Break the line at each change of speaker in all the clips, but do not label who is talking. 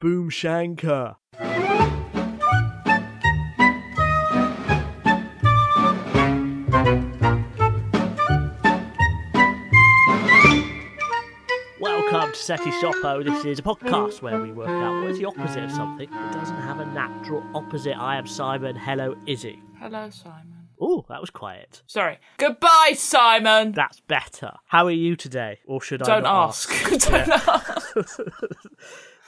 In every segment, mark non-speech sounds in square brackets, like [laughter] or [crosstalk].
Boom Shanker.
Welcome to Seti Shoppo. This is a podcast where we work out what is the opposite of something that doesn't have a natural opposite. I am Simon. Hello, Izzy.
Hello, Simon.
Oh, that was quiet.
Sorry. Goodbye, Simon.
That's better. How are you today? Or should I
Don't
not
ask. [laughs] Don't ask.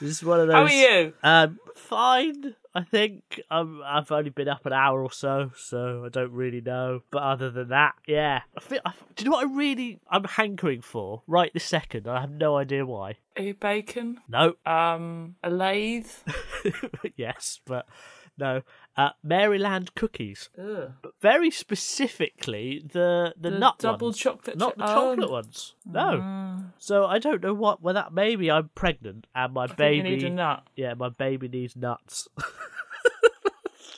This is one of those.
How are you?
Um, fine. I think um, I've only been up an hour or so, so I don't really know. But other than that, yeah. I feel, I, do you know what I really I'm hankering for right this second? I have no idea why.
Are you bacon?
No, [laughs]
Um, a lathe?
yes, but no. Uh, Maryland cookies,
Ugh.
but very specifically the the, nut
double mm.
ones,
chocolate
not
chip-
the chocolate
Oh.
ones. No. So I don't know what. Well, that maybe I'm pregnant and my
I think
baby.
You need a nut.
Yeah, my baby needs nuts.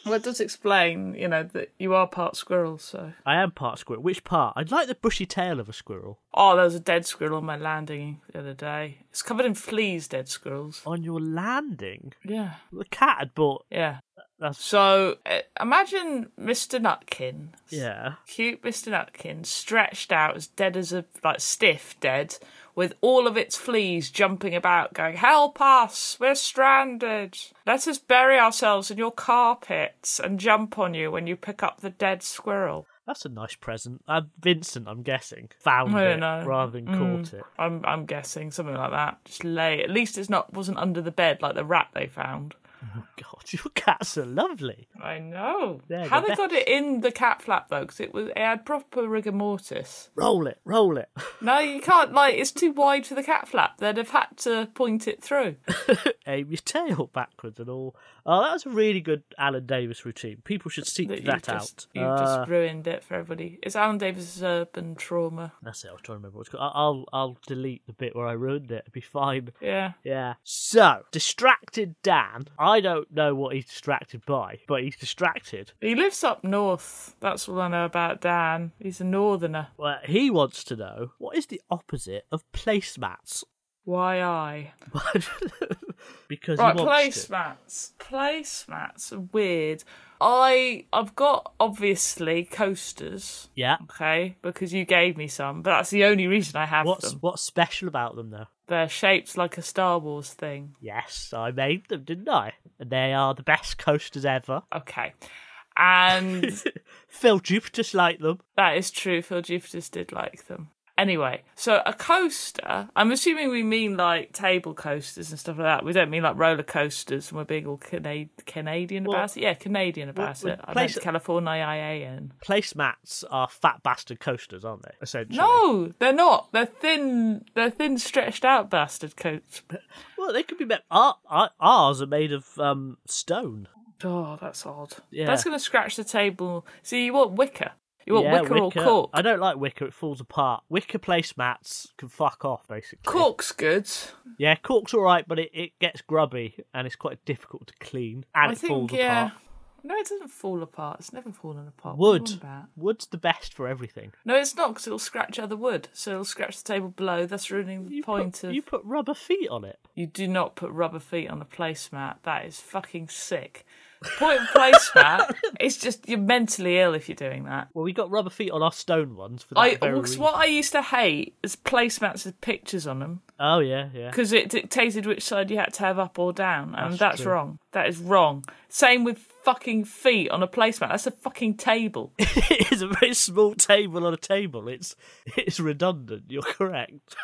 Well, it does explain, you know, that you are part squirrel, so.
I am part squirrel. Which part? I'd like the bushy tail of a squirrel.
Oh, there was a dead squirrel on my landing the other day. It's covered in fleas, dead squirrels.
On your landing,
Yeah.
the cat had bought.
Yeah.
That's
So uh, imagine Mr. Nutkin,
yeah.
cute Mr. Nutkin, stretched out as dead as a, like, stiff dead, with all of its fleas jumping about, going, Help us! We're stranded! Let us bury ourselves in your carpets and jump on you when you pick up the dead squirrel.
That's a nice present. Uh, Vincent, I'm guessing, found
I don't
it
know. Mm.
rather than caught it.
I'm I'm guessing something like that. Just lay. At least it's not wasn't under the bed like the rat they found.
God, [laughs] your cats are lovely.
I know.
They're
How
the
they got it in the cat flap though? Because it was it had proper rigor mortis.
Roll it, roll it. [laughs]
No, you can't. Like it's too wide for the cat flap. They'd have had to point it through.
Aim your tail backwards and all. Oh, that was a really good Alan Davis routine. People should seek that,
That you've
out.
just, You've
Uh,
just ruined it for everybody. It's Alan Davis's urban trauma.
That's it. I was trying to remember what it's called. I- I'll I'll delete the bit where I ruined it. It'll be fine.
Yeah.
Yeah. So, distracted Dan. I don't know what he's distracted by, but he's distracted.
He lives up north. That's all I know about Dan. He's a northerner.
Well, he wants to know what is the opposite of placemats? [laughs]
Why I?
because
Right,
he wants to.
placemats. Placemats are weird. I I've got obviously coasters,
Yeah.
okay, because you gave me some, but that's the only reason I have
What's
them.
what's special about them though?
They're shaped like a Star Wars thing.
Yes, I made them, didn't I? And they are the best coasters ever.
Okay.
[laughs]
And
Phil Jupiter's like them.
that is true, Phil Jupiter's did like them. Anyway, so a coaster, I'm assuming we mean like table coasters and stuff like that. We don't mean like roller coasters and we're being all Cana- Canadian
Well,
about it. Yeah, Canadian about
well,
it. I
place-
meant California IAN.
Placemats are fat bastard coasters, aren't they? Essentially.
No, they're not. They're thin. They're thin, stretched out bastard coats.
Well, they could be made. Our, our, ours are made of um, stone.
Oh, that's odd.
Yeah.
That's going to scratch the table. See, you want wicker. You want
Yeah,
wicker, or cork.
I don't like wicker; it falls apart. Wicker placemats can fuck off, basically.
Cork's good.
Yeah, cork's all right, but it, it gets grubby and it's quite difficult to clean, and
I
it
think.
falls
yeah.
apart.
No, it doesn't fall apart. It's never fallen apart. What are you on
Wood,
about?
wood's the best for everything.
No, it's not because it'll scratch other wood. So it'll scratch the table below. That's ruining the
You
point
put,
of.
you put rubber feet on it.
You do not put rubber feet on a placemat. That is fucking sick. Point of
[laughs]
placemat. it's just you're mentally ill if you're doing that.
Well, we got rubber feet on our stone ones for that
I
very
because
reason.
what I used to hate is placemats with pictures on them
Oh yeah, yeah. [laughs]
because it dictated which side you had to have up or down, and
That's
that's,
true.
wrong. That is wrong. Same with fucking feet on a placemat. That's a fucking table.
it is a very small table on a table. It's it's redundant. You're correct.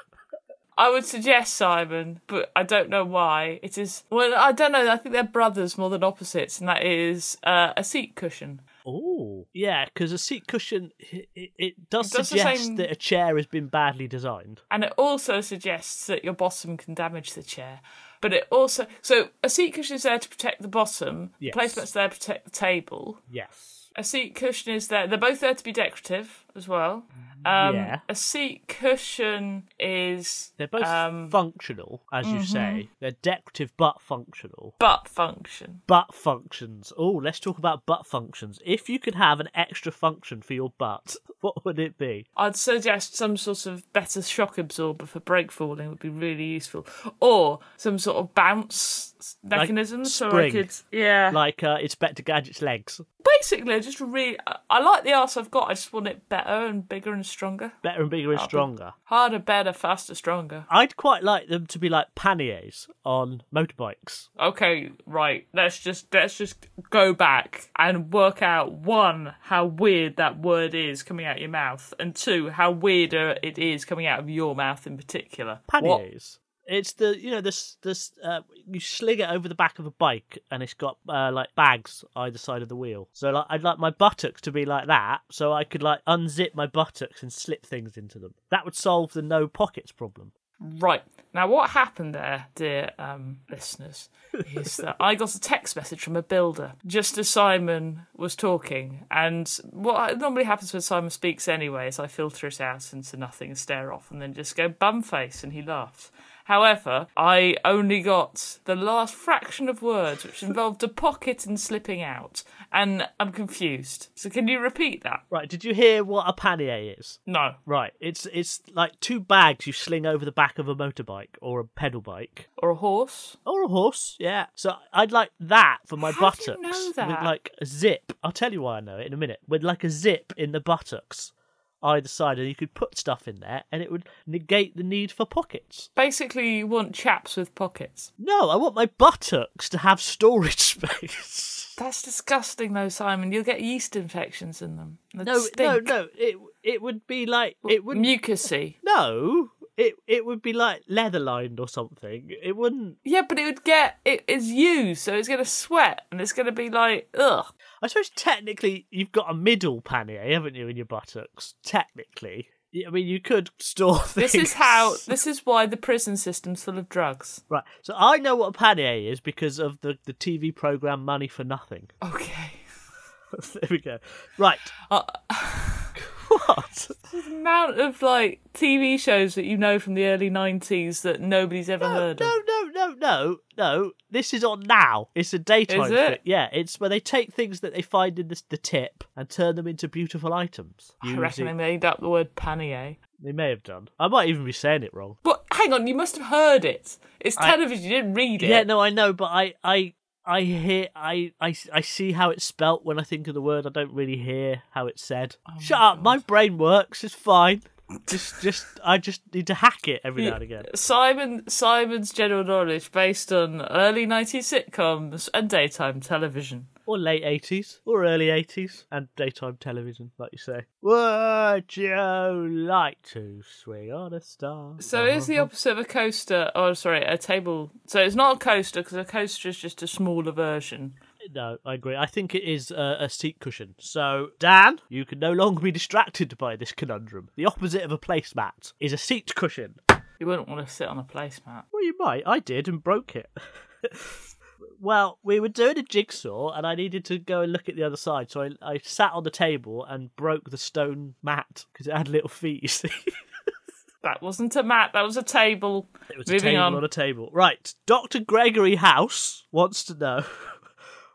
I would suggest Simon, but I don't know why. It is well, I don't know. I think they're brothers more than opposites, and that is uh, a seat cushion.
Oh, yeah, because a seat cushion it, it, it does
It does the
suggest
same-
that a chair has been badly designed.
and it also suggests that your bottom can damage the chair. But it also so a seat cushion is there to protect the bottom.
Yes.
Placemat's there to protect the table.
Yes.
A seat cushion is there. They're both there to be decorative as well. Um,
Yeah.
A seat cushion is
They're both
um,
functional, as you say. They're decorative but functional.
butt function.
Butt functions. Oh, let's talk about butt functions. If you could have an extra function for your butt, [laughs] what would it be?
I'd suggest some sort of better shock absorber for brake falling would be really useful, or some sort of bounce mechanism so I
spring.
could yeah.
Like uh, Inspector Gadget's legs.
Basically, I just really I- I like the arse I've got. I just want it better and bigger and stronger,
Better and bigger and stronger.
harder, better, faster, stronger.
I'd quite like them to be like panniers on motorbikes.
Okay, right. Let's just let's just go back and work out one how weird that word is coming out your mouth, and two how weirder it is coming out of your mouth in particular. What?
Panniers. It's the you know this this uh, you sling it over the back of a bike and it's got uh, like bags either side of the wheel. So like I'd like my buttocks to be like that, so I could like unzip my buttocks and slip things into them. That would solve the no pockets problem.
Right. Now, what happened there, dear um, listeners, is that I got a text message from a builder just as Simon was talking. And what normally happens when Simon speaks, anyway, is I filter it out into nothing and stare off and then just go bum face, and he laughs. However, I only got the last fraction of words, which involved a pocket and slipping out, and I'm confused. So, can you repeat that?
Right? Did you hear what a pannier is?
No.
Right. It's it's like two bags you sling over the back of a motorbike or a pedal bike.
Or a horse?
Or a horse, yeah. So I'd like that for my
How do
buttocks
you know
with
that?
like a zip. I'll tell you why I know it in a minute. With like a zip in the buttocks either side, and you could put stuff in there, and it would negate the need for pockets.
Basically, you want chaps with pockets.
No, I want my buttocks to have storage [laughs] space.
That's disgusting, though, Simon. You'll get yeast infections in them. They'd
No, no,
stink.
no. It it would be like it would
Mucousy.
no. It it would be like leather lined or something. It wouldn't.
Yeah, but it would get it is used, so it's gonna sweat, and it's gonna be like ugh.
I suppose technically you've got a middle pannier, haven't you, in your buttocks? Technically. Yeah, I mean, you could store things.
This is how. This is why the prison system's full of drugs.
[laughs] Right, so I know what a pannier is because of the, the TV program Money for Nothing. [laughs]
Okay.
there we go. Right.
Uh,
[laughs] What?
the amount of like TV shows that you know from the early '90s that nobody's ever
No,
heard of.
no, no, no, no, no. This is on now. It's a daytime
Is it?
thing. Yeah, it's where they take things that they find in the, the tip and turn them into beautiful items.
I reckon
Using-
they made up the word pannier.
they may have done. I might even be saying it wrong.
But hang on, you must have heard it. It's television. You didn't read it.
Yeah, no, I know, but I, I, I hear, I, I, I see how it's spelt when I think of the word. I don't really hear how it's said. Shut up, my brain works. It's fine. Just, just, I just need to hack it every now and again.
Simon Simon's general knowledge based on early 90s sitcoms and daytime television.
Or late eighties, or early eighties, and daytime television, like you say. Would you like to swing on a star?
So it's the opposite of a coaster. Oh, sorry, a table. So it's not a coaster because a coaster is just a smaller version.
No, I agree. I think it is uh, a, a seat cushion. So, Dan, you can no longer be distracted by this conundrum. The opposite of a placemat is a seat cushion.
You wouldn't want to sit on a placemat.
Well, you might. I did and broke it. [laughs] well, we were doing a jigsaw and I needed to go and look at the other side. So I, I sat on the table and broke the stone mat because it had little feet, you see. [laughs]
That wasn't a mat. That was a table.
It was a
Moving
table
on.
on a table. Right. Dr. Gregory House wants to know. [laughs]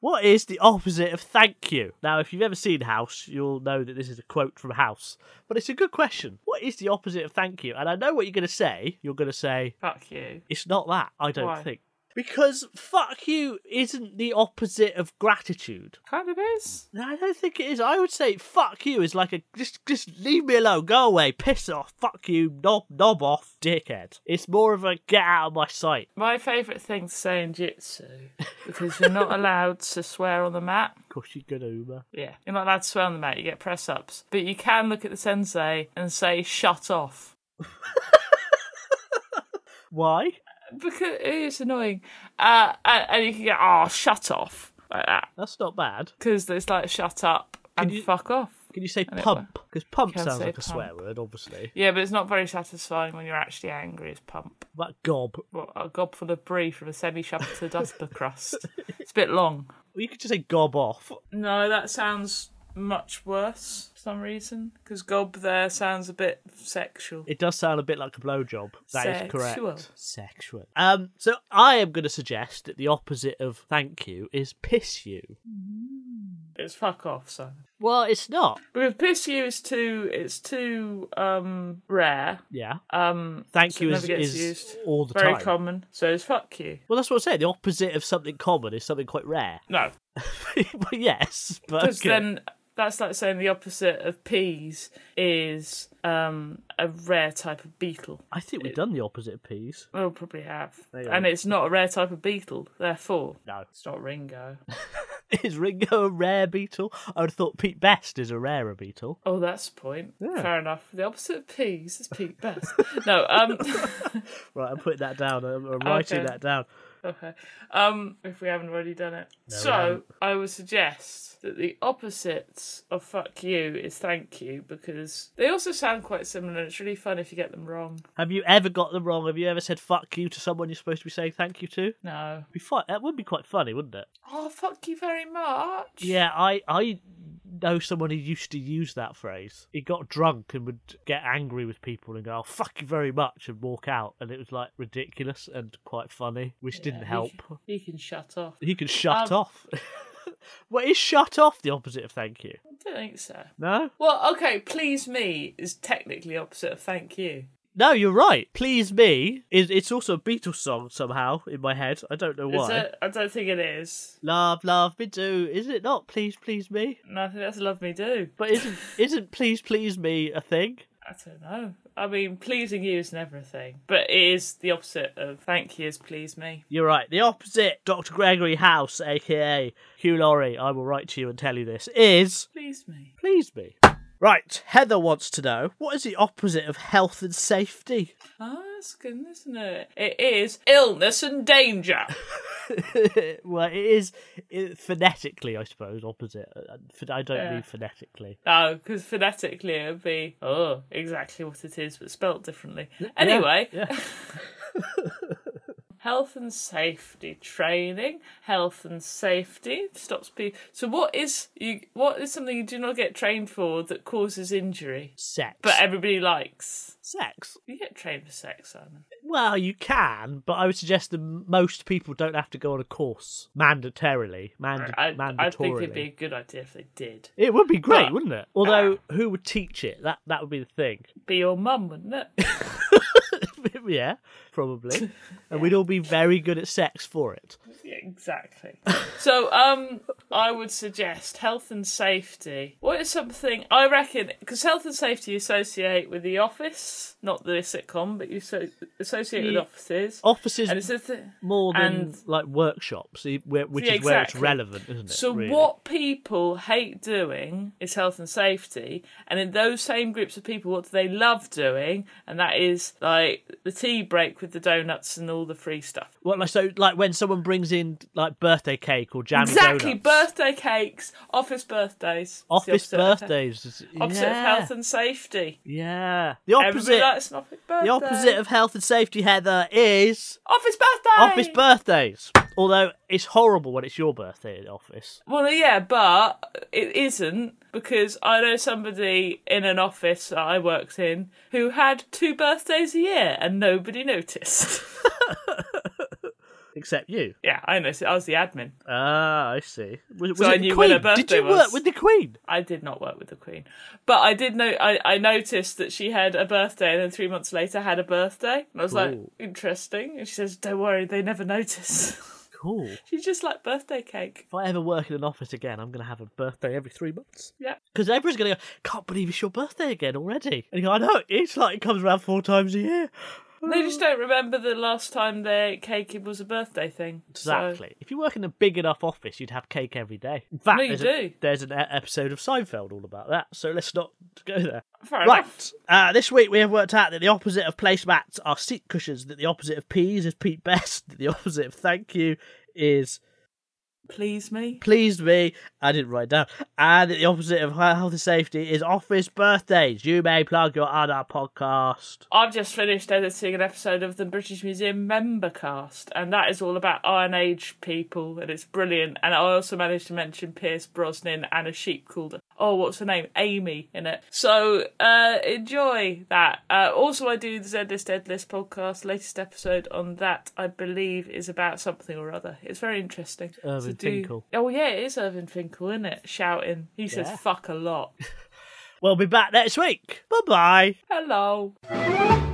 What is the opposite of thank you? Now, if you've ever seen House, you'll know that this is a quote from House, but it's a good question. What is the opposite of thank you? And I know what you're going to say. You're going to say,
Fuck you.
It's not that, I don't
Why?
think. Because fuck you isn't the opposite of gratitude.
Kind of is.
No, I don't think it is. I would say fuck you is like a just just leave me alone, go away, piss off, fuck you, knob knob off, dickhead. It's more of a get out of my sight.
My favourite thing to say
[laughs]
in jitsu because you're not allowed to swear on the mat.
Cushy good Uma.
Yeah, you're not allowed to swear on the mat. You get press ups, but you can look at the sensei and say "shut off."
Why?
because it's annoying. Uh, and, and you can get oh shut off like that
That's not bad.
because there's like shut up and
you-
fuck off.
Can you say
it
pump? Because pump
Can
sounds
say
like a
pump.
swear word, obviously.
Yeah, but it's not very satisfying when you're actually angry. It's pump.
That gob.
What a gob full of brie from a [laughs] semi-shattered upper crust. It's a bit long.
You could just say gob off.
No, that sounds much worse for some reason. Because gob there sounds a bit sexual.
It does sound a bit like a blowjob. That is
Sexual.
correct. Sexual. Um, so I am going to suggest that the opposite of thank you is piss you.
It's fuck off, Simon.
Well, it's not.
Because piss you is too it's too um rare.
Yeah.
Um
Thank
so
you
it
is,
never gets
is
used.
all the
Very
time.
common. So it's fuck you.
well, that's what I'm saying. The opposite of something common is something quite rare. [laughs]
No.
but yes, but
Because
okay.
then that's like saying the opposite of peas is um a rare type of beetle.
I think we've done the opposite of peas.
We'll probably have.
you
And it's not a rare type of beetle, therefore.
No. [laughs]
It's not Ringo.
Is Ringo a rare beetle? I would have thought Pete Best is a rarer beetle.
Oh, that's the point. Fair enough. The opposite of peas is Pete Best. [laughs] no, um,
Right, I'm putting that down. I'm, I'm writing
Okay.
that down.
okay. Um, if we haven't already done it. so,
haven't.
I would suggest that the opposite of fuck you is thank you because they also sound quite similar. It's really fun if you get them wrong.
Have you ever got them wrong? Have you ever said fuck you to someone you're supposed to be saying thank you to?
No.
Be fun. That would be quite funny, wouldn't it?
Oh, fuck you very much.
Yeah, I I know someone who used to use that phrase. He got drunk and would get angry with people and go, oh, "Fuck you very much," and walk out. And it was like ridiculous and quite funny, which didn't help.
You can shut off.
He could shut
Um,
off. [laughs] well, is shut off the opposite of thank you?
I don't think so.
No,
Well, okay, please me is technically opposite of thank you.
no, you're right. Please me is it's also a Beatles song somehow in my head. I don't know
Is
why.
it? I don't think it is.
Love, love me do. Is it not? Please, please me.
No, I think that's love me do.
But isn't isn't please, please me a thing?
I don't know. I mean, pleasing you isn't everything, but it is the opposite of thank you is please me.
You're right. The opposite, Dr. Gregory House, aka Hugh Laurie, I will write to you and tell you this, is
Please me.
please me. Right, Heather wants to know what is the opposite of health and safety? [laughs]
Ah, that's good, isn't it? It is illness and danger.
well, it is it, phonetically, I suppose, opposite. Uh, ph- I don't
Yeah.
mean phonetically.
no, because Uh, phonetically it would be, oh, exactly what it is, but spelt differently. Anyway,
Yeah.
[laughs]
[laughs]
health and safety training, health and safety stops people. So, what is you? What is something you do not get trained for that causes injury,
Sex.
but um, everybody likes?
Sex.
You get trained for sex, Simon.
Well, you can, but I would suggest that most people don't have to go on a course mandatorily. Mand-
I, I think
mandatorily.
it'd be a good idea if they did.
It would be great,
But- uh,
wouldn't it? Although, who would teach it? That that would be the thing. [laughs]
Be your mum, wouldn't it?
yeah, probably.
[laughs]
And we'd all be very good at sex for it.
Yeah, exactly. so, um, I would suggest health and safety. What is something I reckon? Because health and safety you associate with the office, not the sitcom, but you so, associate with
Yeah.
offices.
Offices
and it's a thi-
more than
and-
like workshops, e- where- which
Yeah,
is where it's
exactly.
relevant, isn't it?
So
really?
what people hate doing is health and safety, and in those same groups of people, what do they love doing? And that is like the tea break with the donuts and all the free stuff.
Well, like so, like when someone brings in like birthday cake or jam.
Exactly, birthday cakes, office birthdays, It's the
Office
opposite of-
birthdays. is-
Opposite
yeah.
of health and safety.
yeah. The
Everybody
opposite.
likes an office birthday.
The opposite of health and safety, Heather, is
office birthday.
office birthdays. Although it's horrible when it's your birthday in the office.
Well, yeah, but it isn't because I know somebody in an office that I worked in who had two birthdays a year and
[laughs]
nobody noticed.
Except you.
yeah, I noticed. I was the admin.
Ah, I see. Was, was
So I
it the
knew when her
Queen? Did
birthday
you
was.
work with the Queen?
I did not work with the Queen, but I did know. I, I noticed that she had a birthday, and then three months later had a birthday. And I was like,
Cool.
interesting. And she says, "Don't worry, they never notice." [laughs]
Cool.
she just liked birthday cake.
If I ever work in an office again, I'm going to have a birthday every three months.
Yeah.
Because everyone's going to go, can't believe it's your birthday again already. And you go, I know, it's like it comes around four times a year.
They just don't remember the last time their cake was a birthday thing. So-
Exactly. If you work in a big enough office, you'd have cake every day. In fact,
No, you
there's, a-
do.
there's an e- episode of Seinfeld all about that, so let's not go there.
fair enough.
Right. Uh, this week we have worked out that the opposite of placemats are seat [laughs] cushions, that the opposite of peas is Pete Best, that the opposite of thank you is
Please me.
pleased me. I didn't write it down. And the opposite of health and safety is office birthdays. You may plug your other podcast.
I've just finished editing an episode of the British Museum member cast, and that is all about Iron Age people, and it's brilliant. And I also managed to mention Pierce Brosnan and a sheep called oh, what's her name, Amy, in it. So uh, enjoy that. Uh, also, I do the Zed List Dead List podcast. Latest episode on that, I believe, is about something or other. It's very interesting.
Irvin
do-
Finkel.
Oh yeah, it is Irvin Finkel, isn't it? Shouting. He says
Yeah. [laughs]
fuck a lot.
We'll be back next week. Bye bye.
Hello.
Thank you.